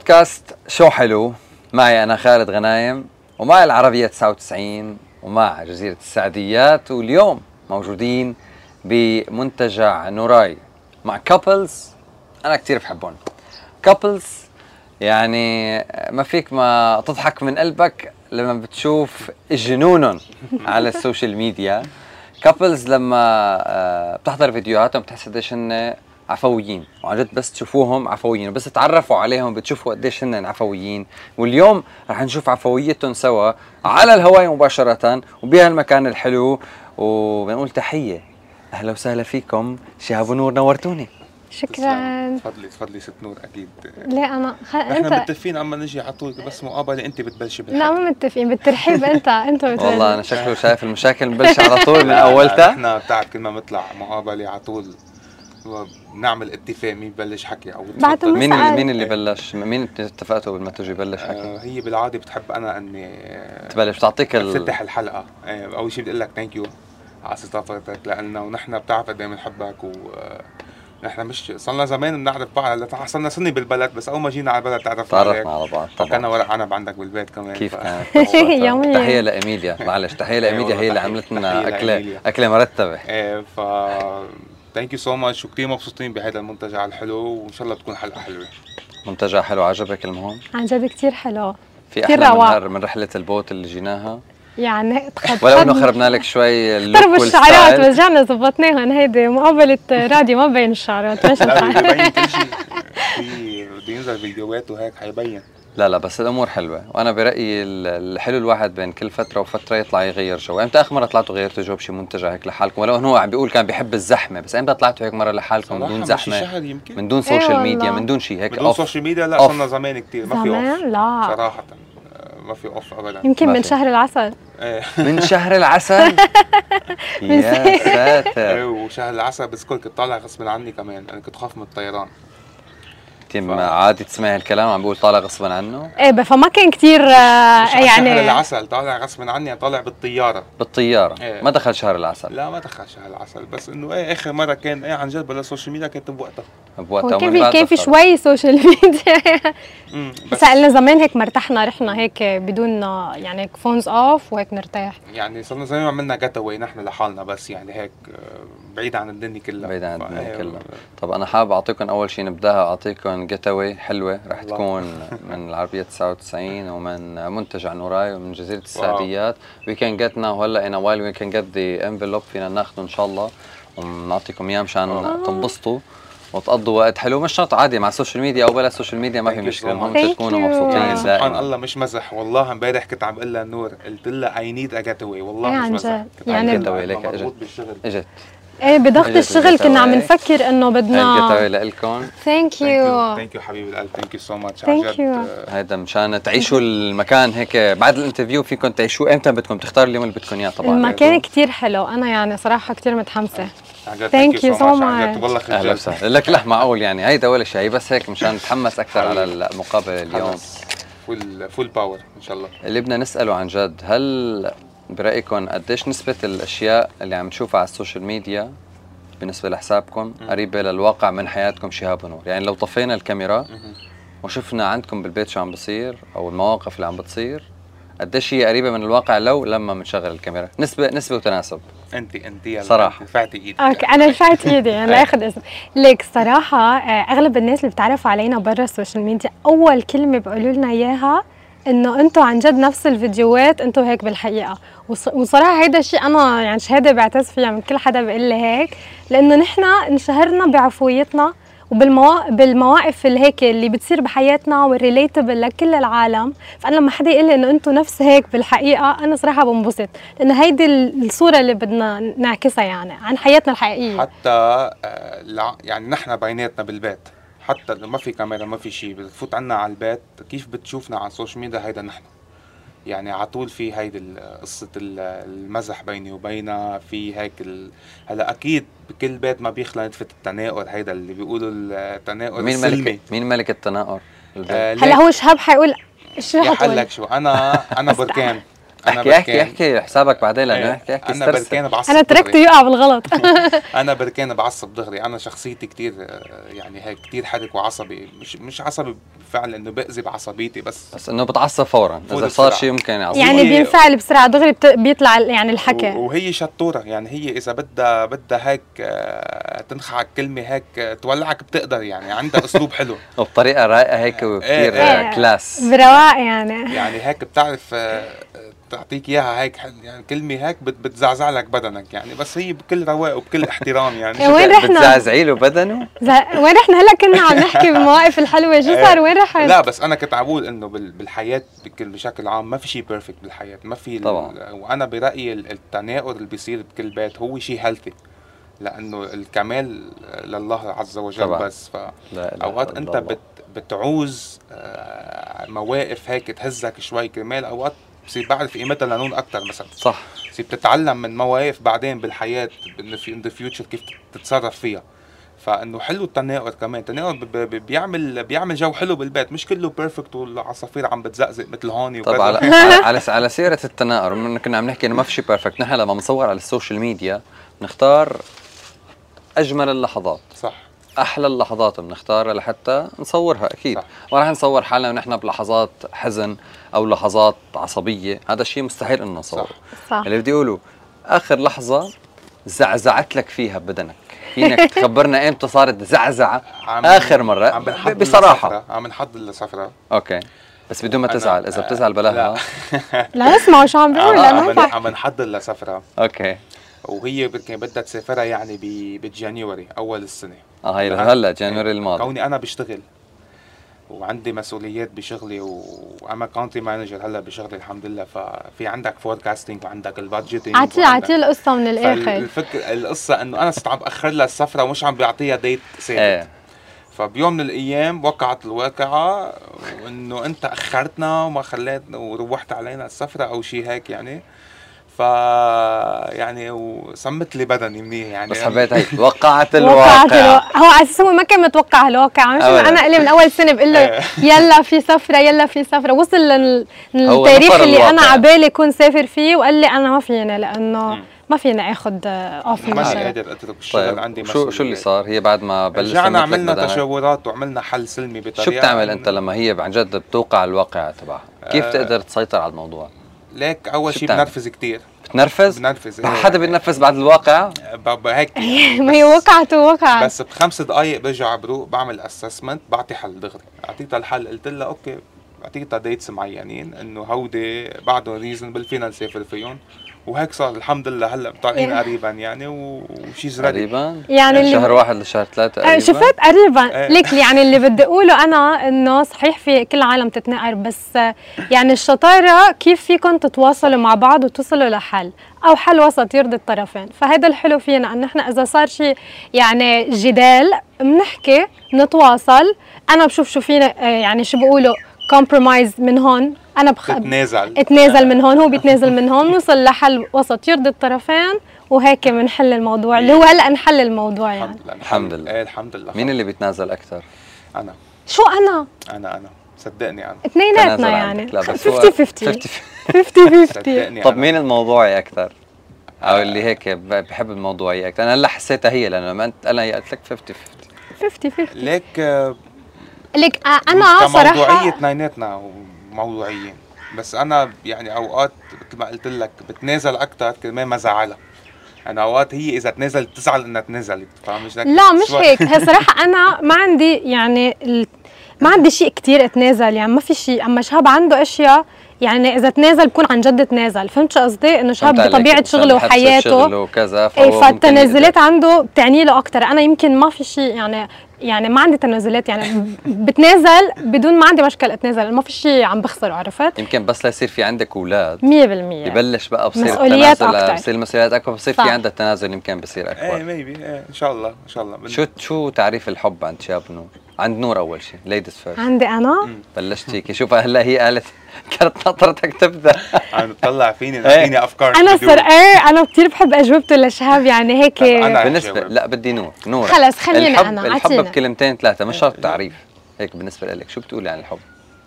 بودكاست شو حلو معي انا خالد غنايم ومعي العربيه 99 ومع جزيره السعديات واليوم موجودين بمنتجع نوراي مع كابلز انا كثير بحبهم كابلز يعني ما فيك ما تضحك من قلبك لما بتشوف جنونهم على السوشيال ميديا كابلز لما آه، بتحضر فيديوهاتهم بتحس قديش هن عفويين وعن جد بس تشوفوهم عفويين وبس تتعرفوا عليهم بتشوفوا قديش هن عفويين واليوم رح نشوف عفويتهم سوا على الهواء مباشرة وبهالمكان الحلو وبنقول تحية أهلا وسهلا فيكم شهاب ونور نورتوني شكرا تفضلي تفضلي ست نور اكيد لا انا خ... نحن انت متفقين اما نجي على طول بس مقابله انت بتبلشي لا بالحكي ما متفقين بالترحيب انت انت والله أنا شكله شايف المشاكل مبلشة على طول من أولتها نحن نعم، بتعرف كل ما بنطلع مقابله على طول نعمل اتفاق مين ببلش حكي او بعد تفضل. ما- مين مسأل. مين اللي بلش مين اتفقتوا قبل ما تجي بلش حكي آه هي بالعاده بتحب انا اني آه، تبلش تعطيك ال... افتتح الحلقه آه اول شيء بدي اقول لك ثانك يو على استضافتك لنا ونحن بتعرف قد ايه بنحبك و آه، نحن مش صرنا زمان بنعرف بعض هلا صرنا سنه بالبلد بس اول ما جينا على البلد تعرفنا تعرفنا عليك على بعض كان طبعا ورق عنب عندك بالبيت كمان كيف ف- كانت يوميا. تحية لإيميليا معلش تحية أيوة، لإيميليا أيوة، هي اللي عملت لنا تحية أكلة لإيميليا. أكلة مرتبة إيه، ف ثانك يو سو ماتش وكثير مبسوطين بهذا المنتجع الحلو وان شاء الله تكون حلقه حلوه منتجع حلو عجبك المهم عن جد كثير حلو في كتير احلى من, روعة. هر- من رحله البوت اللي جيناها يعني تخبط ولو انه خربنا لك شوي اللوك ضرب الشعرات والستايل. بس رجعنا ظبطناهم هيدي مقابلة راديو ما بين الشعرات ماشي لا الحال. بده يبين كل شيء في بده ينزل فيديوهات وهيك حيبين لا لا بس الامور حلوه وانا برايي ال- الحلو الواحد بين كل فتره وفتره يطلع يغير جو امتى اخر مره طلعتوا غيرتوا جو بشي منتجع هيك لحالكم ولو انه هو عم بيقول كان بيحب الزحمه بس امتى طلعتوا هيك مره لحالكم من دون صراحة مش زحمه شهر يمكن من دون إيه سوشيال ميديا والله. من دون شيء هيك بدون off. سوشيال ميديا لا أوف. صرنا زمان كثير ما في اوف زمان لا صراحه آه، ما في اوف ابدا يمكن ما من في. شهر العسل إيه، من شهر العسل يا إيه، ساتر وشهر العسل بذكر كنت طالع غصب عني كمان انا كنت خاف من الطيران تيم عادي تسمعي هالكلام عم بقول طالع غصبا عنه ايه فما كان كثير مش على شهر يعني العسل طالع غصب عني أنا طالع بالطياره بالطياره إيه. ما دخل شهر العسل لا ما دخل شهر العسل بس انه ايه اخر مره كان ايه عن جد بلا سوشيال ميديا كانت بوقتها بوقتها هو ومن كان في بعد كان في دخل. شوي سوشيال ميديا أمم، بس سألنا زمان هيك مرتحنا رحنا هيك بدون يعني فونز اوف وهيك نرتاح يعني صرنا زي ما عملنا جتاوي نحن لحالنا بس يعني هيك آه، بعيد عن الدنيا كلها بعيد عن الدنيا فإيه، كلها. طب انا حابب اعطيكم اول شيء نبداها اعطيكم جيت اواي حلوه رح الله. تكون من العربيه 99 ومن منتجع نوراي ومن جزيره السعديات وي كان جيت ناو هلا ان وايل وي كان جيت ذا انفلوب فينا ناخده ان شاء الله ونعطيكم اياه مشان آه. تنبسطوا وتقضوا وقت حلو مش شرط عادي مع السوشيال ميديا او بلا سوشيال ميديا ما في Thank you مشكله so المهم much. انتوا تكونوا Thank you. مبسوطين يعني سبحان دائما الله مش مزح والله امبارح كنت عم بقول لها نور قلت لها اي نيد اجتاوي إيه والله عن مش مزح جد. كنت عم يعني بقول لها جتاوي لك أنا مضغوط أجت. بالشغل اجت ايه بضغط إجت الشغل كنا عم الجتاوي. نفكر انه هاي بدنا الجيت لكم ثانك يو ثانك يو حبيب القلب ثانك يو سو ماتش Thank you. هيدا مشان تعيشوا المكان هيك بعد الانترفيو فيكم تعيشوه امتى بدكم تختاروا اليوم اللي بدكم اياه طبعا المكان كتير حلو انا يعني صراحه كتير متحمسه Thank ثانك you يو so سو ماتش much. والله اهلا خجلت وسهلا لك لا معقول يعني هيدا ولا شيء بس هيك مشان نتحمس اكثر على المقابله اليوم فول فول باور ان شاء الله اللي بدنا نساله عن جد هل برايكم قديش نسبه الاشياء اللي عم نشوفها على السوشيال ميديا بالنسبه لحسابكم قريبه للواقع من حياتكم شهاب ونور يعني لو طفينا الكاميرا مهم. وشفنا عندكم بالبيت شو عم بصير او المواقف اللي عم بتصير قديش هي قريبه من الواقع لو لما بنشغل الكاميرا نسبه نسبه وتناسب انت انت يلا صراحة. أنت رفعتي ايدك اوكي انا رفعت ايدي انا اخذ اسم ليك صراحه آه، اغلب الناس اللي بتعرف علينا برا السوشيال ميديا اول كلمه بيقولوا لنا اياها انه انتم عن جد نفس الفيديوهات انتم هيك بالحقيقه وص- وصراحه هيدا الشيء انا يعني شهاده بعتز فيها من كل حدا بيقول لي هيك لانه نحن انشهرنا بعفويتنا وبالمواقف بالمواقف اللي هيك اللي بتصير بحياتنا والريليتبل لكل العالم فانا لما حدا يقول لي انه انتم نفس هيك بالحقيقه انا صراحه بنبسط لانه هيدي ال- الصوره اللي بدنا نعكسها يعني عن حياتنا الحقيقيه حتى آه، الع- يعني نحن بيناتنا بالبيت حتى لو ما في كاميرا ما في شيء بتفوت عنا على البيت كيف بتشوفنا على السوشيال ميديا هيدا نحن يعني على طول في هيدي ال- قصة ال- المزح بيني وبينها في هيك ال... هلا أكيد بكل بيت ما بيخلى نتفة التناقض هيدا اللي بيقولوا التناقض مين السلمي ملك مين ملك التناقر؟ البيت. آه، هلا ليك- هو شهاب حيقول شو يا رح تقول؟ حلك شو أنا أنا بركان أنا احكي احكي بركان- احكي حسابك بعدين لانه إيه، احكي احكي انا استرسل بركان بعصب انا دغري. تركته يقع بالغلط انا بركان بعصب دغري انا شخصيتي كتير آه، يعني هيك كتير حرك وعصبي مش مش عصبي فعلا انه باذي بعصبيتي بس بس انه بتعصب فورا فوت اذا صار بسرعة. شيء ممكن يعصب يعني هي- بينفعل بسرعه دغري بت- بيطلع يعني و- الحكي وهي شطوره يعني هي اذا بدها بدها هيك آه، تنخعك كلمه هيك آه، تولعك بتقدر يعني عندها اسلوب حلو وبطريقه رايقه هيك وكثير إيه. كلاس برواق يعني يعني هيك بتعرف آه، تعطيك اياها هيك ح- يعني كلمه هيك بت- بتزعزع لك بدنك يعني بس هي بكل رواق وبكل احترام يعني وين رحنا؟ بتزعزعي له بدنه ز- وين رحنا هلا كنا عم نحكي بالمواقف الحلوه شو صار وين رحنا؟ إيه. لا بس انا كنت عم بقول انه بال- بالحياه بكل بشكل عام ما في شيء بيرفكت بالحياه ما في ال- طبعاً. وانا برايي ال- التناقض اللي بيصير بكل بيت هو شيء هيلثي لانه الكمال لله عز وجل طبعاً. بس ف لا إله اوقات إلا انت الله. بت بتعوز آه، مواقف هيك تهزك شوي كرمال اوقات بصير بعرف قيمتها لنون اكثر مثلا صح بصير بتتعلم من مواقف بعدين بالحياه ان ذا فيوتشر كيف تتصرف فيها فانه حلو التناقض كمان التناقض ب- ب- بيعمل بيعمل جو حلو بالبيت مش كله بيرفكت والعصافير عم بتزقزق مثل هون وكذا طبعا على, على على سيره التناقر من كنا عم نحكي انه ما في شيء بيرفكت نحن لما بنصور على السوشيال ميديا بنختار اجمل اللحظات صح احلى اللحظات بنختارها لحتى نصورها اكيد صح. ما راح نصور حالنا ونحن بلحظات حزن او لحظات عصبيه هذا الشيء مستحيل انه نصوره صح. صح اللي بدي اقوله اخر لحظه زعزعت لك فيها بدنك فينك تخبرنا امتى صارت زعزعه عم- اخر مره عم بنحضر ب- بصراحه لسفرة- عم نحضر لسفرة اوكي بس بدون ما أنا- تزعل اذا آه، بتزعل بلاها لا. لا اسمعوا شو عم بيقول آه، لا ما عم ينفع عم نحضر لسفرة اوكي وهي بت- كان بدها تسافرها يعني ب- بجانيوري اول السنة اه هي لا. هلا جانوري الماضي كوني انا بشتغل وعندي مسؤوليات بشغلي و- وانا كونتي مانجر هلا بشغلي الحمد لله ففي عندك فوركاستنج وعندك البادجيتنج اعطيه اعطيه القصه من الاخر الفكر القصه انه انا صرت عم باخر لها السفره ومش عم بعطيها ديت ثابت ايه فبيوم من الايام وقعت الواقعه وانه انت اخرتنا وما خليتنا وروحت علينا السفره او شيء هيك يعني ف يعني وسمت لي بدني منيح يعني بس حبيت هيك وقعت وقعت الواقع الو- هو على اساس هو ما كان متوقع الواقع مش أبداً. انا قلي من اول سنه بقول له إيه. يلا في سفره يلا في سفره وصل لل- للتاريخ نفر اللي انا الواقع. عبالي كون سافر فيه وقال لي انا ما فينا لانه ما آه، فينا اخذ اوف من ماني ماشي. الشغل قادر اترك الشغل عندي طيب شو شو اللي مسؤوليات. صار هي بعد ما بلشت رجعنا سمت لك عملنا بدنك؟ تشاورات وعملنا حل سلمي بطريقه شو بتعمل إنه- انت لما هي عن جد بتوقع الواقع تبعها كيف آه. تقدر تسيطر على الموضوع ليك اول شو شيء بتعمل؟ بنرفز كثير بتنرفز بنرفز إيه. حدا بينرفز بعد الواقع هيك يعني. ما هي وقعت ووقعت بس بخمس دقائق برجع بروق بعمل اسسمنت بعطي حل دغري اعطيتها الحل قلت لها اوكي اعطيتها ديتس معينين انه هودي بعده ريزنبل فينا نسافر فيهم وهيك صار الحمد لله هلا طالعين يعني- قريبا يعني وشيز ريدي تقريبا يعني من اللي- شهر واحد لشهر ثلاثة آه، تقريبا شفت قريبا إيه. ليك يعني اللي بدي اقوله انا انه صحيح في كل العالم تتنقر بس آه، يعني الشطاره كيف فيكم تتواصلوا مع بعض وتوصلوا لحل او حل وسط يرضي الطرفين فهذا الحلو فينا انه احنا اذا صار شيء يعني جدال بنحكي بنتواصل انا بشوف شو فينا آه، يعني شو بقولوا كومبرومايز من هون انا بخ... تتنازل اتنازل من هون هو بيتنازل من هون نوصل لحل وسط يرضي الطرفين وهيك بنحل الموضوع اللي هو هلا نحل الموضوع يعني الحمد لله الحمد لله. ايه الحمد لله مين اللي بيتنازل اكثر انا شو انا؟ انا انا صدقني انا اثنيناتنا تنازل يعني عندك. لا، بس هو 50 50 50 صدقني طب يعني أنا. مين الموضوعي اكثر او اللي هيك ب- بحب الموضوعي اكثر انا هلا حسيتها هي لانه لما انت انا قلت لك 50 50 50 50 ليك آه، لك آه، انا كموضوعية صراحه اثنيناتنا موضوعيين بس انا يعني اوقات مثل ما قلت لك بتنازل اكثر كرمال ما زعلها انا اوقات هي اذا تنازلت بتزعل انها تنازلت فمش لك لا مش شوي. هيك هي صراحه انا ما عندي يعني ال- ما عندي شيء كتير اتنازل يعني ما في شيء اما شهاب عنده اشياء يعني اذا تنازل بكون عن جد تنازل فهمت شو قصدي انه شهاب فهمت عليك. بطبيعه عشان شغله حبس وحياته شغله وكذا فهو ايه ممكن فالتنازلات عنده بتعني له اكثر انا يمكن ما في شيء يعني يعني ما عندي تنازلات يعني بتنازل بدون ما عندي مشكله اتنازل ما في شيء عم بخسره عرفت يقدر- يمكن بس ليصير في عندك اولاد 100% يعني. يبلش بقى بصير مسؤوليات التنازل- أكتر. بصير المسؤوليات اكبر بصير في صح. عندها التنازل يمكن بصير ايه اكبر ميبي ايه ان شاء الله ان شاء الله بن- شو شو تعريف الحب عند شاب نور؟ عند نور اول شيء ليديز فيرست عندي انا بلشت هيك شوف هلا هي قالت كانت نظرتك تبدا عم تطلع فيني إيه. تعطيني افكار انا بدون. صر ايه انا كثير بحب اجوبته لشهاب يعني هيك طب أنا- بالنسبه جاوب. لا بدي نور نور خلص خلينا الحب أنا، الحب عطينا. بكلمتين ثلاثه مش شرط تعريف هيك بالنسبه لك شو بتقولي عن الحب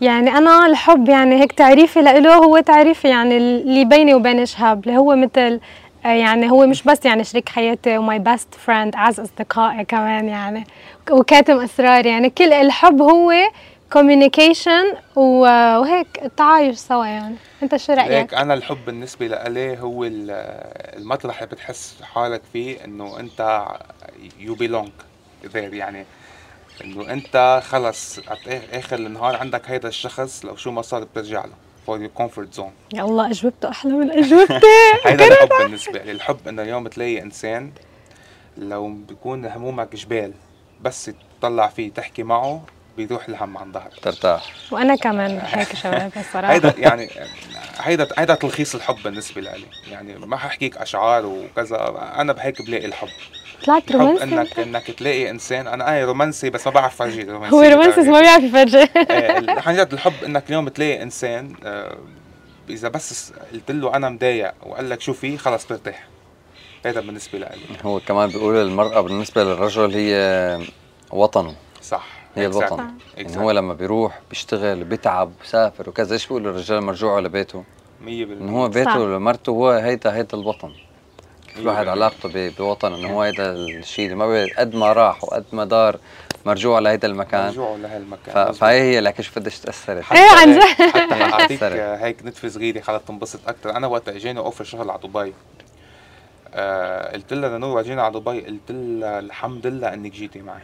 يعني انا الحب يعني هيك تعريفي له هو تعريفي يعني اللي بيني وبين شهاب اللي هو مثل آه، يعني هو مش بس يعني شريك حياتي وماي بيست فريند اعز اصدقائي كمان يعني وكاتم اسراري يعني كل الحب هو كوميونيكيشن وهيك التعايش سوا يعني انت شو رايك ليك انا الحب بالنسبه لإلي هو ال- المطرح اللي بتحس حالك فيه انه انت يو بيلونج ذير يعني انه انت خلص عت- اخر النهار عندك هيدا الشخص لو شو ما صار بترجع له فور يور كومفورت زون يا الله اجوبته احلى من اجوبتي هيدا الحب بالنسبه لي الحب انه يوم تلاقي انسان لو بيكون همومك جبال بس تطلع فيه تحكي معه بيروح الهم عن ظهرك ترتاح وانا كمان هيك شباب الصراحه هيدا يعني هيدا هيدا تلخيص الحب بالنسبه لي يعني ما ححكيك اشعار وكذا انا بهيك بلاقي الحب طلعت الحب رومانسي انك أنت؟ انك تلاقي انسان انا اي رومانسي بس ما بعرف فرجي رومانسي هو رومانسي بس يعني. ما بيعرف يفرجي إيه، ال- عن جد الحب انك اليوم تلاقي انسان آه، اذا بس س- قلت له انا مضايق وقال لك شو في خلص برتاح هيدا بالنسبه لي هو كمان بيقولوا المرأة بالنسبة للرجل هي وطنه صح هي Exactly. الوطن يعني Exactly. هو لما بيروح بيشتغل بيتعب بسافر وكذا ايش بيقولوا الرجال مرجوعه لبيته؟ مية انه بالمية هو صح. أيوة. بيته لمرته هو هيدا هيدا الوطن كيف الواحد بالمية. علاقته ب- بوطن انه هو هيدا الشيء اللي ما بي- قد ما راح وقد ما دار مرجوع لهيدا المكان رجوعوا ف- لهالمكان مزبوط. فهي هي لك شو قديش تاثرت حتى إيه، عن هيك- جد. حتى اعطيك سرق. هيك نتفه صغيره خلت تنبسط اكثر انا وقت اجاني اوفر شغل على دبي آه قلت لها لنور اجينا على دبي قلت لها الحمد لله انك جيتي معي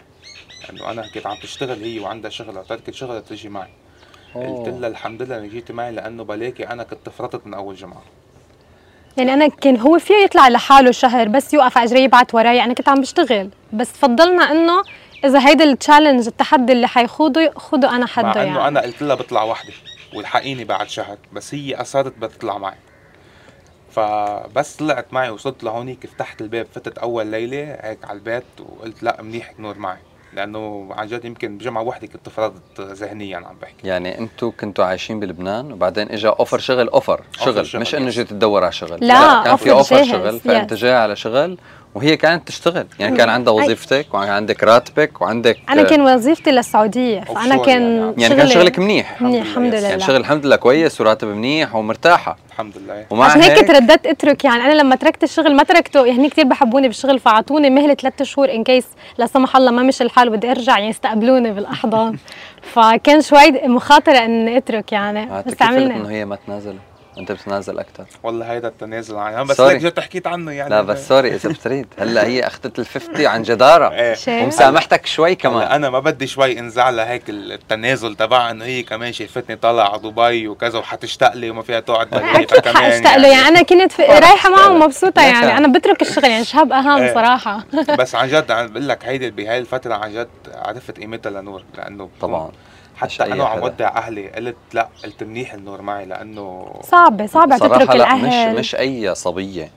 انه انا كنت عم تشتغل هي وعندها شغل وتركت شغلها تجي معي قلت لها الحمد لله انك جيتي معي لانه بلاكي انا كنت فرطت من اول جمعه يعني انا كان هو فيه يطلع لحاله شهر بس يوقف على اجريه يبعت وراي انا كنت عم بشتغل بس فضلنا انه اذا هيدا التشالنج التحدي اللي حيخوضه خوضه انا مع حده انه يعني انا قلت لها بطلع وحدي والحقيني بعد شهر بس هي اصرت بدها تطلع معي فبس طلعت معي وصلت لهونيك فتحت الباب فتت اول ليله هيك على البيت وقلت لا منيح نور معي لانه عن جد يمكن بجمعه وحده كنت فرضت ذهنيا عم بحكي يعني انتوا كنتوا عايشين بلبنان وبعدين اجى اوفر شغل اوفر شغل شغل، مش انه يس. جيت تدور على شغل لا، كان في offer اوفر جاهز، شغل فانت يس. جاي على شغل وهي كانت تشتغل يعني كان عندها أي. وظيفتك وعندك راتبك وعندك انا كان وظيفتي للسعوديه فانا offshore كان يعني. يعني كان شغلي- شغلك منيح منيح الحمد يس. لله يعني شغل الحمد لله كويس وراتب منيح ومرتاحه الحمد لله ومع عشان هيك ترددت اترك يعني انا لما تركت الشغل ما تركته يعني كثير بحبوني بالشغل فاعطوني مهله ثلاث شهور ان كيس لا سمح الله ما مشي الحال بدي ارجع يعني استقبلوني بالاحضان فكان شوي مخاطره اني اترك يعني هتكفلت بس عملنا انه هي ما تنازل انت بتنازل اكثر والله هيدا التنازل عن بس Sorry. ليك جيت حكيت عنه يعني لا بس سوري اذا بتريد هلا هي اخذت ال50 عن جداره إيه. شيء. ومسامحتك شوي هلا كمان انا ما بدي شوي انزع لها هيك التنازل تبع انه هي كمان شافتني طالع على دبي وكذا وحتشتاق لي وما فيها تقعد دقيقه اكيد حاشتاق له يعني انا كنت في- رايحه معه ومبسوطه لا يعني كان. انا بترك الشغل يعني شهاب اهم إيه. صراحه بس عن جد عم بقول لك هيدي بهاي الفترة عن جد عرفت قيمتها لنور لأنه طبعا مش حتى أي أنا عم حدا. ودع أهلي قلت لا قلت منيح النور معي لأنه صعبه صعبه صراحة تترك لا الاهل مش مش اي صبيه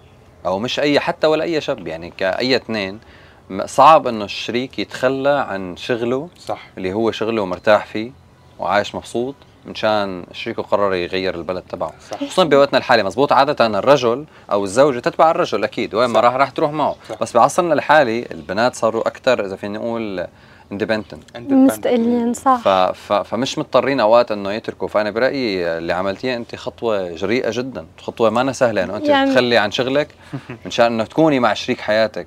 او مش اي حتى ولا اي شاب يعني كاي اثنين صعب انه الشريك يتخلى عن شغله صح اللي هو شغله مرتاح فيه وعايش مبسوط مشان شريكه قرر يغير البلد تبعه صح خصوصا بوقتنا الحالي مزبوط عادة الرجل أو الزوجة تتبع الرجل أكيد وين ما صح. راح راح تروح معه صح. بس بعصرنا الحالي البنات صاروا أكثر إذا فيني أقول اندبندنت مستقلين صح ف... ف... فمش مضطرين أوقات إنه يتركوا فأنا برأيي اللي عملتيه أنت خطوة جريئة جدا خطوة ما أنا سهلة إنه أنت يعني- يعني... تخلي عن شغلك مشان إنه تكوني مع شريك حياتك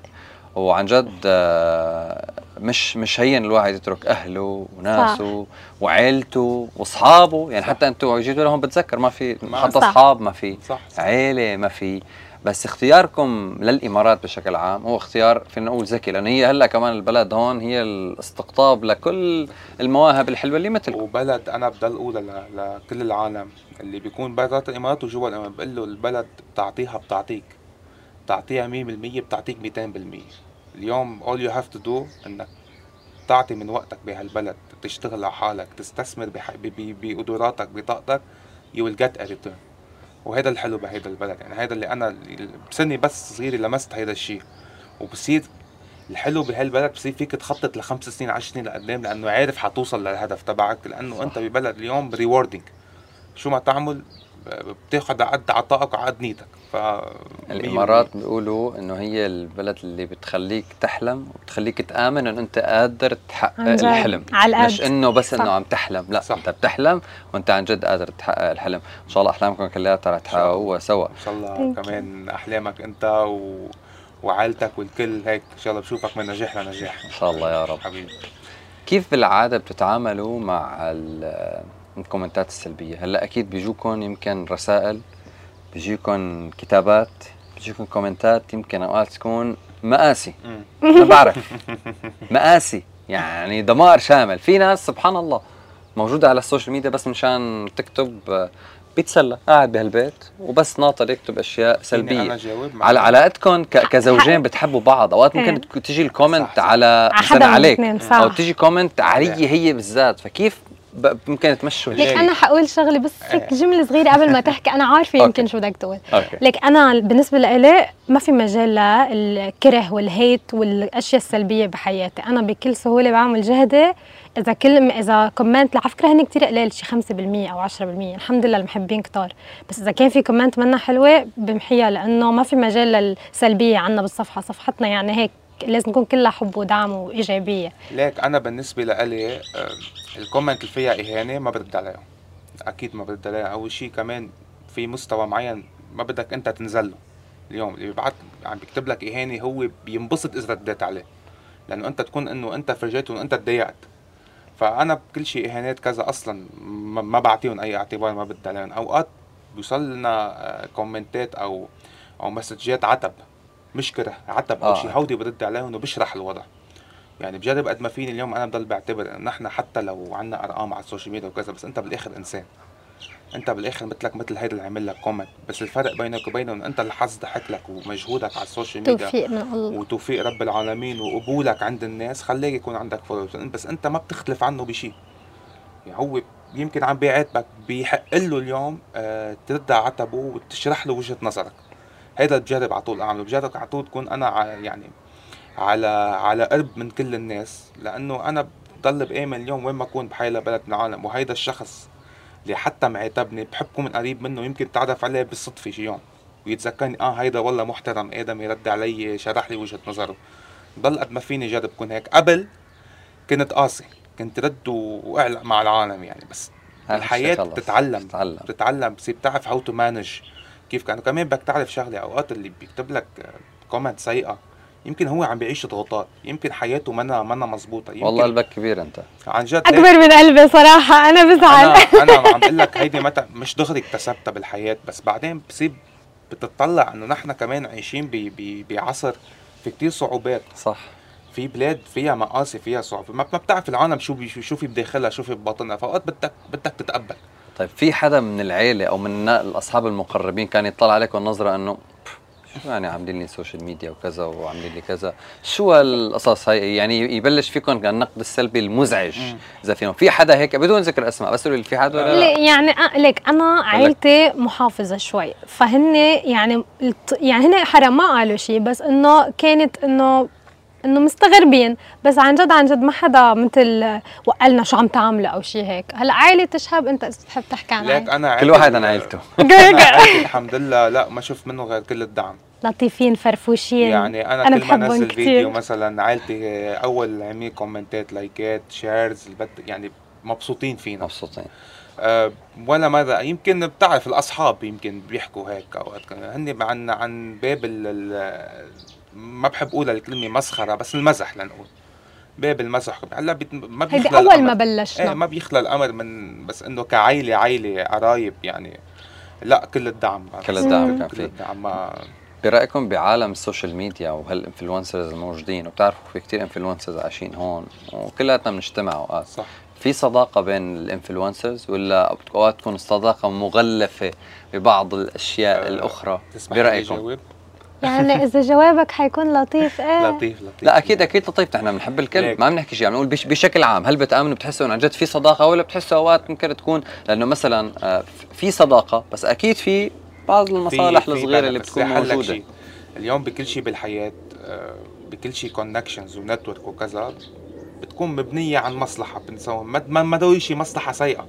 وعن جد آه، مش مش هين الواحد يترك اهله وناسه وعيلته واصحابه يعني حتى انتم جيتوا لهون بتذكر ما في ما- حتى صح. اصحاب ما في صح صح عيلة ما في بس اختياركم للامارات بشكل عام هو اختيار فينا نقول ذكي لانه هي هلا كمان البلد هون هي الاستقطاب لكل المواهب الحلوه اللي مثلكم وبلد انا بضل اقولها ل- لكل العالم اللي بيكون برات الامارات وجوا الامارات بقول له البلد بتعطيها بتعطيك بتعطيها 100% بتعطيك 200% اليوم all you have to do انك تعطي من وقتك بهالبلد تشتغل على حالك تستثمر بح- ب- ب- بقدراتك بطاقتك you will get a return وهذا الحلو بهيدا البلد يعني هذا اللي انا اللي بسني بس صغيره لمست هيدا الشيء وبصير الحلو بهالبلد بصير فيك تخطط لخمس سنين عشر سنين لقدام لانه عارف حتوصل للهدف تبعك لانه صح. انت ببلد اليوم ريوردنج شو ما تعمل بتاخد على قد عطائك وعلى قد نيتك ف الامارات بيقولوا انه هي البلد اللي بتخليك تحلم وبتخليك تامن انه انت قادر تحقق عن جد. الحلم على القد. مش انه بس صح. انه عم تحلم لا صح. صح. انت بتحلم وانت عن جد قادر تحقق الحلم ان شاء الله احلامكم كلها رح تحققوها سوا ان شاء الله Thank you. كمان احلامك انت و... وعائلتك والكل هيك ان شاء الله بشوفك من نجاح لنجاح ان شاء الله يا رب حبيبي كيف بالعاده بتتعاملوا مع ال- الكومنتات السلبيه هلا اكيد بيجوكم يمكن رسائل بيجيكم كتابات بيجيكم كومنتات يمكن اوقات تكون مقاسي مم. ما بعرف مقاسي يعني دمار شامل في ناس سبحان الله موجوده على السوشيال ميديا بس مشان تكتب آه، بيتسلى قاعد بهالبيت وبس ناطر يكتب اشياء فيني انا سلبيه جاوب معك. على علاقتكم ك- كزوجين بتحبوا بعض اوقات إيه. ممكن تك- تجي صح، الكومنت صح. على على مثلا حدا من عليك الاثنين صح او تجي كومنت علي هي بالذات فكيف ب- ممكن تمشوا لك هالشيء؟ انا حقول شغله بس هيك جمله صغيره قبل ما تحكي انا عارفه إيه. يمكن أوكي. شو بدك تقول اوكي لك انا بالنسبه لإلي ما في مجال للكره والهيت والاشياء السلبيه بحياتي انا بكل سهوله بعمل جهدي اذا كل اذا كومنت على فكره هن كثير قليل شي 5% او 10% الحمد لله المحبين كتار بس اذا كان في كومنت منا حلوه بمحيها لانه ما في مجال للسلبيه عنا بالصفحه صفحتنا يعني هيك لازم نكون كلها حب ودعم وايجابيه ليك انا بالنسبه لإلي آه، الكومنت اللي فيها اهانه ما برد عليهم اكيد ما برد عليها اول شيء كمان في مستوى معين ما بدك انت تنزل له اليوم اللي بيبعت عم بيكتب لك اهانه هو بينبسط اذا رديت عليه لانه انت تكون انه انت فرجيته انه انت تضايقت فانا بكل شيء اهانات كذا اصلا ما ما بعطيهم اي اعتبار ما بدي عليهم اوقات بيوصل لنا آه، كومنتات او او مسجات عتب مش كره عتب او آه. شيء هودي برد عليهم وبشرح الوضع يعني بجرب قد ما فيني اليوم انا بضل بعتبر انه نحن حتى لو عنا ارقام على السوشيال ميديا وكذا بس انت بالاخر انسان انت بالاخر مثلك مثل هيدا اللي عمل لك كومنت بس الفرق بينك وبينه انه انت الحظ ضحك لك ومجهودك على السوشيال ميديا توفيق من الله وتوفيق رب العالمين وقبولك عند الناس خليك يكون عندك فولورز بس انت ما بتختلف عنه بشيء يعني هو يمكن عم بيعاتبك بيحق له اليوم آه ترد على عتبه وتشرح له وجهه نظرك هذا بجرب على طول اعمله بجرب على طول تكون انا ع- يعني على على قرب من كل الناس لانه انا بضل بامن اليوم وين ما اكون بحي بلد من العالم وهيدا الشخص اللي حتى معاتبني بحب اكون من قريب منه يمكن تعرف عليه بالصدفه شي يوم ويتذكرني اه هيدا والله محترم ادمي رد علي شرح لي وجهه نظره ضل قد ما فيني جرب كون هيك قبل كنت قاسي كنت رد واعلق مع العالم يعني بس هاي الحياه خلص. بتتعلم بتتعلم. بتتعلم بتصير بتعرف هاو تو مانج كيف كان كمان بدك تعرف شغله اوقات اللي بيكتب لك كومنت سيئه يمكن هو عم بيعيش ضغوطات يمكن حياته منا منا مزبوطه يمكن والله قلبك كبير انت عن جد ليه؟ اكبر من قلبي صراحه انا بزعل انا انا عم بقول لك هيدي متى مش دغري اكتسبتها بالحياه بس بعدين بصير بتطلع انه نحن كمان عايشين ب- ب- بعصر في كتير صعوبات صح في بلاد فيها مقاسي فيها صعوبة ما ما بتعرف العالم شو بي- شو في بداخلها شو في بباطنها فاوقات بدك بدك تتقبل طيب في حدا من العيله او من الاصحاب المقربين كان يطلع عليكم نظره انه "بف، شو يعني عاملين لي سوشيال ميديا وكذا وعاملين لي كذا شو هالقصص هاي يعني يبلش فيكم النقد السلبي المزعج مم. اذا فيهم في حدا هيك بدون ذكر اسماء بس قولوا لي في حدا ولا لا ليه يعني أ- ليك انا عيلتي محافظه شوي فهن يعني الط- يعني هن حرام ما قالوا شيء بس انه كانت انه انه مستغربين بس عن جد عن جد ما حدا مثل وقالنا شو عم تعملوا او شيء هيك هلا عائله شهاب انت إذا بتحب تحكي عن ليك عائلة. انا عيلتي- كل واحد عن عيلته هيك- هيك. أنا عيلتي الحمد لله لا ما شفت منه غير كل الدعم لطيفين فرفوشين يعني انا, أنا كل ما بحبهم انزل كتير. فيديو مثلا عائلتي اول عمي كومنتات لايكات شيرز البت- يعني مبسوطين فينا مبسوطين أه، ولا ماذا يمكن بتعرف الاصحاب يمكن بيحكوا هيك اوقات كمان. هن عن عن باب ال ال- ما بحب اقول الكلمه مسخره بس المزح لنقول باب المزح هلا بت- ما هيدي بيخلى اول ما الأمر. ايه بلشنا ما بيخلى الامر من بس انه كعائله عائله قرايب يعني لا كل الدعم كل الدعم كان كل في الدعم آه، ما- برايكم بعالم السوشيال ميديا وهالانفلونسرز الموجودين وبتعرفوا في كتير انفلونسرز عايشين هون وكلياتنا بنجتمع اوقات صح في صداقه بين الانفلونسرز ولا اوقات تكون الصداقه مغلفه ببعض الاشياء أه، الاخرى تسمح لي برايكم أجاوب؟ يعني اذا جوابك حيكون لطيف ايه لطيف لطيف لا اكيد اكيد لطيف نحن بنحب الكل ليك. ما بنحكي شيء عم نقول بش بشكل عام هل بتامنوا بتحسوا انه عن جد في صداقه ولا بتحسوا اوقات ممكن تكون لانه مثلا آه، في صداقه بس اكيد في بعض في- المصالح في الصغيره بلا، اللي بس بتكون رح لك موجوده شي. اليوم بكل شيء بالحياه آه، بكل شيء كونكشنز ونتورك وكذا بتكون مبنيه عن مصلحه بنسوي ما ما ما ضروري شيء مصلحه سيئه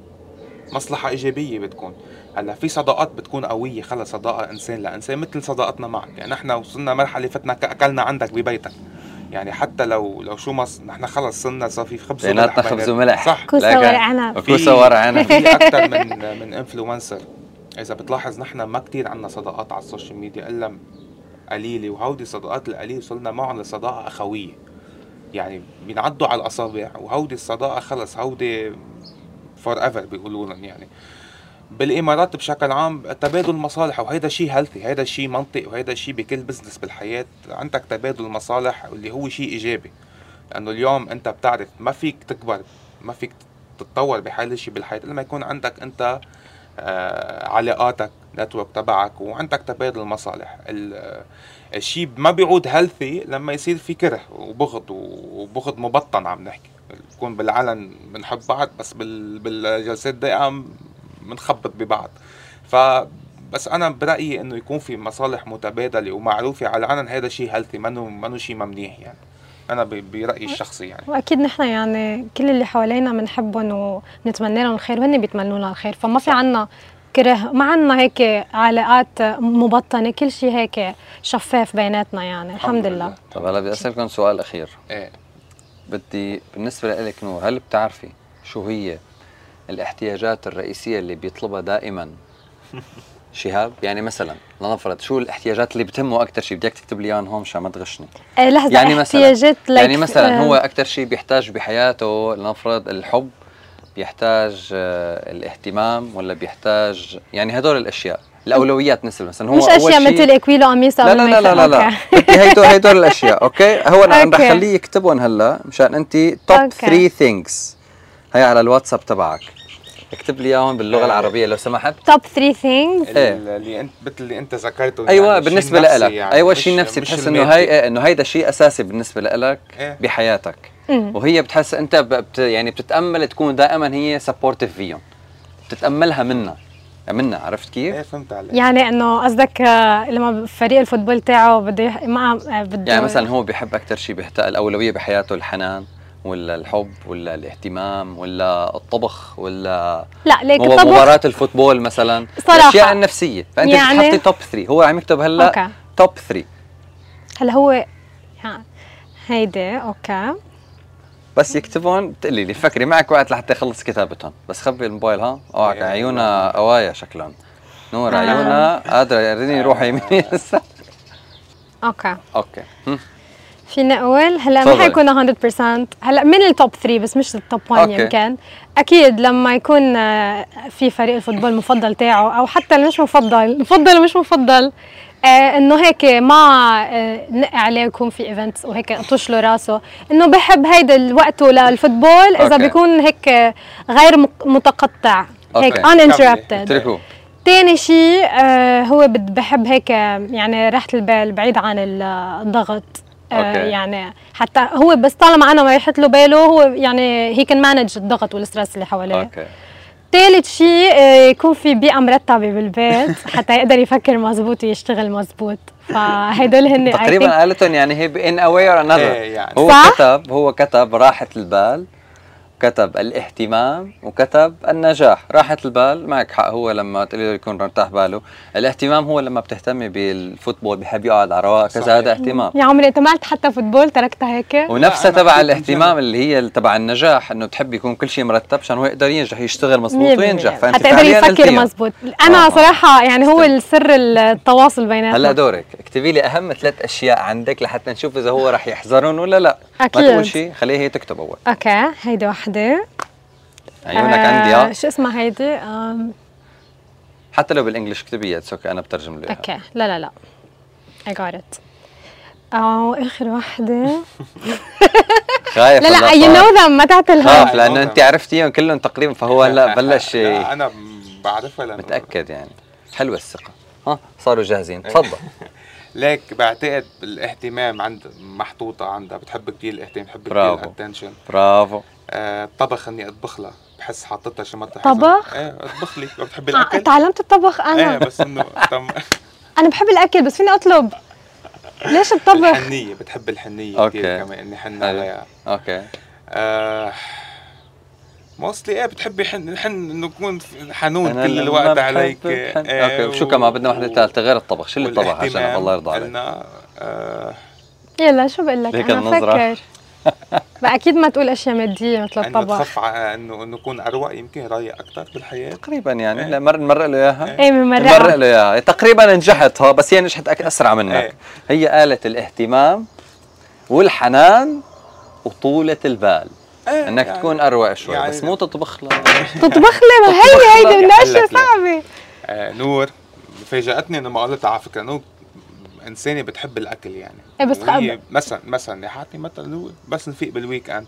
مصلحه ايجابيه بتكون هلا في صداقات بتكون قويه خلص صداقه انسان لانسان مثل صداقتنا معك يعني نحن وصلنا مرحله فتنا ك- اكلنا عندك ببيتك يعني حتى لو لو شو ما ص- نحن خلص صرنا صار في خبز وملح بيناتنا خبز بيناتنا. وملح صح كوسة لكن- ورق عنب. كوسه ورق عنب في اكثر من من انفلونسر اذا بتلاحظ نحن ما كتير عندنا صداقات على السوشيال ميديا الا قليله وهودي الصداقات القليله وصلنا معهم لصداقه اخويه يعني بينعدوا على الاصابع وهودي الصداقه خلص هودي فور ايفر بيقولوا لهم يعني بالامارات بشكل عام تبادل مصالح وهيدا شيء هيلثي هيدا شيء منطق وهيدا شيء بكل بزنس بالحياه عندك تبادل مصالح اللي هو شيء ايجابي لانه اليوم انت بتعرف ما فيك تكبر ما فيك تتطور بحال شيء بالحياه الا ما يكون عندك انت آه علاقاتك نتورك تبعك وعندك تبادل مصالح الشيء ما بيعود هيلثي لما يصير في كره وبغض وبغض مبطن عم نحكي بكون بالعلن بنحب بعض بس بال- بالجلسات الضيقه بنخبط ببعض ف بس انا برايي انه يكون في مصالح متبادله ومعروفه على العلن هذا شيء هيلثي منه منه شيء ممنيح يعني انا ب- برايي الشخصي يعني واكيد نحن يعني كل اللي حوالينا بنحبهم ونتمنى لهم الخير وهن بيتمنوا لنا الخير فما في عنا كره ما عنا هيك علاقات مبطنه كل شيء هيك شفاف بيناتنا يعني الحمد لله طب هلا بدي اسالكم سؤال اخير ايه بدي بالنسبه لك نور هل بتعرفي شو هي الاحتياجات الرئيسيه اللي بيطلبها دائما شهاب يعني مثلا لنفرض شو الاحتياجات اللي بتهمه اكثر شيء بدك تكتب لي اياهم هون مشان ما تغشني آه، لحظه يعني مثلاً- احتياجات like- يعني مثلا آه، هو اكثر شيء بيحتاج بحياته لنفرض الحب بيحتاج آه، الاهتمام ولا بيحتاج يعني هدول الاشياء الاولويات نسبة مثلا هو مش أول اشياء شيء- مثل اكويلو قميص لا لا لا لا لا, لا. بدي هيدول هيدول الاشياء اوكي هو انا رح أوكي. خليه يكتبهم هلا مشان انت توب أوكي. 3 ثينكس هي على الواتساب تبعك اكتب لي اياهم آه. باللغه العربيه لو سمحت توب 3 ثينجز إيه. ال- اللي انت مثل اللي انت ذكرته ايوه يعني شيء بالنسبه نفسي لك يعني، ايوه مش- شيء نفسي مش بتحس انه المادي. هي إيه، انه هيدا شيء اساسي بالنسبه لك إيه. بحياتك وهي بتحس انت ب- بت يعني بتتامل تكون دائما هي سبورتيف فيهم بتتاملها منا يعني منا عرفت كيف؟ ايه فهمت عليك يعني انه قصدك آه، لما فريق الفوتبول تاعه بده يح- ما آه، بده يعني مثلا هو بيحب اكثر شيء بيحتاج الاولويه بحياته الحنان ولا الحب ولا الاهتمام ولا الطبخ ولا لا ليك مو- الطبخ مباراه الفوتبول مثلا صراحة. الاشياء النفسيه فانت يعني- بتحطي توب 3 هو عم يكتب هلا أوكي. توب 3 هلا هو يعني هيدي اوكي بس يكتبهم بتقلي لي فكري معك وقت لحتى اخلص كتابتهم بس خبي الموبايل ها اوعك إيه. عيونها قوايا شكلهم نور آه. عيونها قادره يرني يروح يمين يسار اوكي اوكي هم. فينا اقول هلا ما تفضلي. حيكون 100% هلا من التوب 3 بس مش التوب 1 أوكي. يمكن اكيد لما يكون آه، في فريق الفوتبول المفضل تاعه او حتى اللي مش مفضل مفضل ومش مفضل آه انه هيك ما آه نقع عليه يكون في ايفنتس وهيك قطش له راسه انه بحب هيدا الوقت للفوتبول اذا أوكي. بيكون هيك آه، غير مق- متقطع هيك أوكي. uninterrupted اتركوه تاني شيء آه هو بد- بحب هيك آه، يعني راحة البال بعيد عن ال- الضغط آه أوكي. يعني حتى هو بس طالما انا ما يحط له باله هو يعني هي كان مانج الضغط والستريس اللي حواليه اوكي ثالث شيء آه، يكون في بيئه مرتبه بالبيت حتى يقدر يفكر مزبوط ويشتغل مزبوط فهدول هن I تقريبا think قالتهم يعني هي بان اواي اور انذر ايه يعني هو صح؟ كتب هو كتب راحة البال كتب الاهتمام وكتب النجاح راحة البال معك حق هو لما تقول له يكون مرتاح باله الاهتمام هو لما بتهتمي بالفوتبول بحب يقعد على رواق صحيح. كذا هذا اهتمام يا عمري انت ما قلت حتى فوتبول تركتها هيك ونفسها لا، أنا تبع أكيد الاهتمام اللي هي تبع النجاح انه تحب يكون كل شيء مرتب عشان هو يقدر ينجح يشتغل مزبوط 100% وينجح فانت حتى يقدر فعلياً يفكر قلتيهم. مزبوط انا آه. صراحه يعني هو السر التواصل بيناتنا هلا دورك اكتبي لي اهم ثلاث اشياء عندك لحتى نشوف اذا هو رح يحذرهم ولا لا ما اكيد تقول شيء خليها هي تكتب يعني اول اوكي هيدي وحده عيونك آه، عندي آه. ها شو اسمها هيدي آم، حتى لو بالانجلش اكتبيها اتس اوكي انا بترجم لك اوكي لا لا لا I got it آه، او اخر وحده خايف لا لا هلا I صار. know them ما آه، تعتلها خايف لانه انت عرفتيهم كلهم تقريبا فهو هلا بلش لا انا بعرفها لانه متاكد يعني حلوه الثقه ها صاروا جاهزين تفضل ليك بعتقد الاهتمام عند محطوطه عندها بتحب كثير الاهتمام بتحب كثير برافو. الاتنشن برافو آه الطبخ اني اطبخ لها بحس حاطتها شمطها طبخ؟ ايه اطبخ لي لو بتحبي آه، الاكل تعلمت الطبخ ايه انا بس انه طم... انا بحب الاكل بس فيني اطلب ليش الطبخ الحنيه بتحب الحنيه أوكي. أيوة. كثير كمان اني حن حلو. عليها اوكي آه موستلي ايه آه، بتحبي حن نحن انه نكون حنون أنا كل لما الوقت بحب عليك بحب. إيه، اوكي شو كمان بدنا وحده و- ثالثه غير الطبخ شو اللي الطبخ عشان والاهتمام الله يرضى عليك إلنا، آه، يلا شو بقول لك ليك انا النظرة. فكر بقى اكيد ما تقول اشياء ماديه مثل انه الطبخ تخف ع- انه انه اكون اروق يمكن رايق اكثر بالحياه تقريبا يعني إيه. لا مر نمرق له اياها ايه من مرق مرة له اياها تقريبا نجحت ها بس هي نجحت أك- اسرع منك إيه. هي آلة الاهتمام والحنان وطولة البال إيه، انك يعني- تكون اروق شوي يعني- بس مو تطبخ لها تطبخ لي ما هي هيدي من الاشياء صعبه يعني. آه، نور فاجأتني لما قلت على فكره نور انسانه بتحب الاكل يعني إيه، بس وهي مثلا مثلا حاطي مثلا هو بس نفيق بالويك اند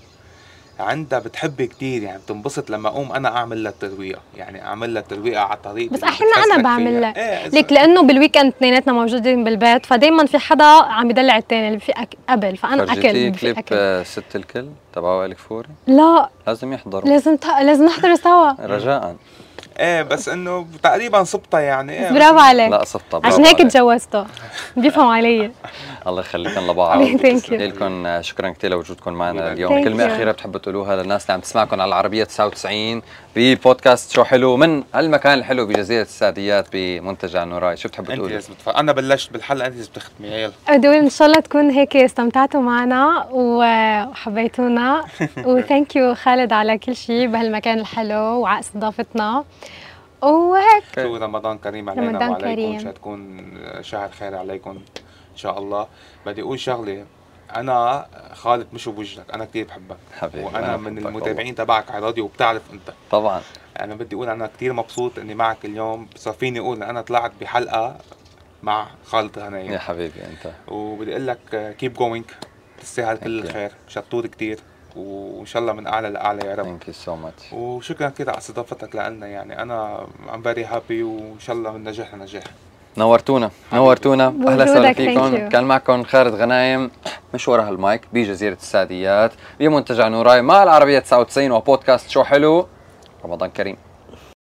عندها بتحب كتير يعني بتنبسط لما اقوم انا اعمل لها الترويقه يعني اعمل لها الترويقه على طريقه بس أحياناً أنا بعمل لها. لها ليك لانه بالويكند اثنيناتنا موجودين بالبيت فدايما في حدا عم يدلع الثاني اللي في أك... قبل فانا اكل فرجيتي في كليب اكل آه، ست الكل تبع وائل كفوري لا لازم يحضروا لازم ت... لازم نحضر سوا رجاء ايه بس انه تقريبا صبتها يعني بس إيه برافو عليك لا صبتها برافو عشان هيك عليك. تجوزته بيفهم علي الله يخليكم لبعض آه، Thank you. لكم شكرا كثير لوجودكم معنا Thank اليوم كلمة you. أخيرة بتحبوا تقولوها للناس اللي عم تسمعكم على العربية 99 ببودكاست شو حلو من هالمكان الحلو بجزيرة السعديات بمنتجع نوراي شو بتحبوا انت تقولوا؟ لازم تفهم. انا بلشت بالحلقه انت لازم تختمي يلا دول ان شاء الله تكون هيك استمتعتوا معنا و- وحبيتونا وثانك يو خالد على كل شيء بهالمكان الحلو وعلى استضافتنا وهيك Okay. شو رمضان كريم علينا رمضان رمضان وعليكم كريم. كريم. شهتكون شهر خير عليكم ان شاء الله بدي اقول شغله انا خالد مش بوجهك انا كثير بحبك حبيبي، وأنا وانا من إيه، بحبك المتابعين تبعك على الراديو وبتعرف انت طبعا انا بدي اقول انا كثير مبسوط اني معك اليوم صار فيني اقول انا طلعت بحلقه مع خالد يا هنايا حبيبي أنت وبدي اقول لك كيب جوينج تستاهل كل Thank you. الخير شطور كثير وان شاء الله من اعلى لاعلى يا رب ثانك يو سو ماتش وشكرا كده على استضافتك لنا يعني انا ام فيري هابي وان شاء الله من نجاح لنجاح نورتونا نورتونا اهلا وسهلا وجودك. Thank فيكم you. كان معكم خالد غنايم مش ورا هالمايك بجزيره السعديات بمنتجع نوراي مع العربيه 99 وبودكاست شو حلو رمضان كريم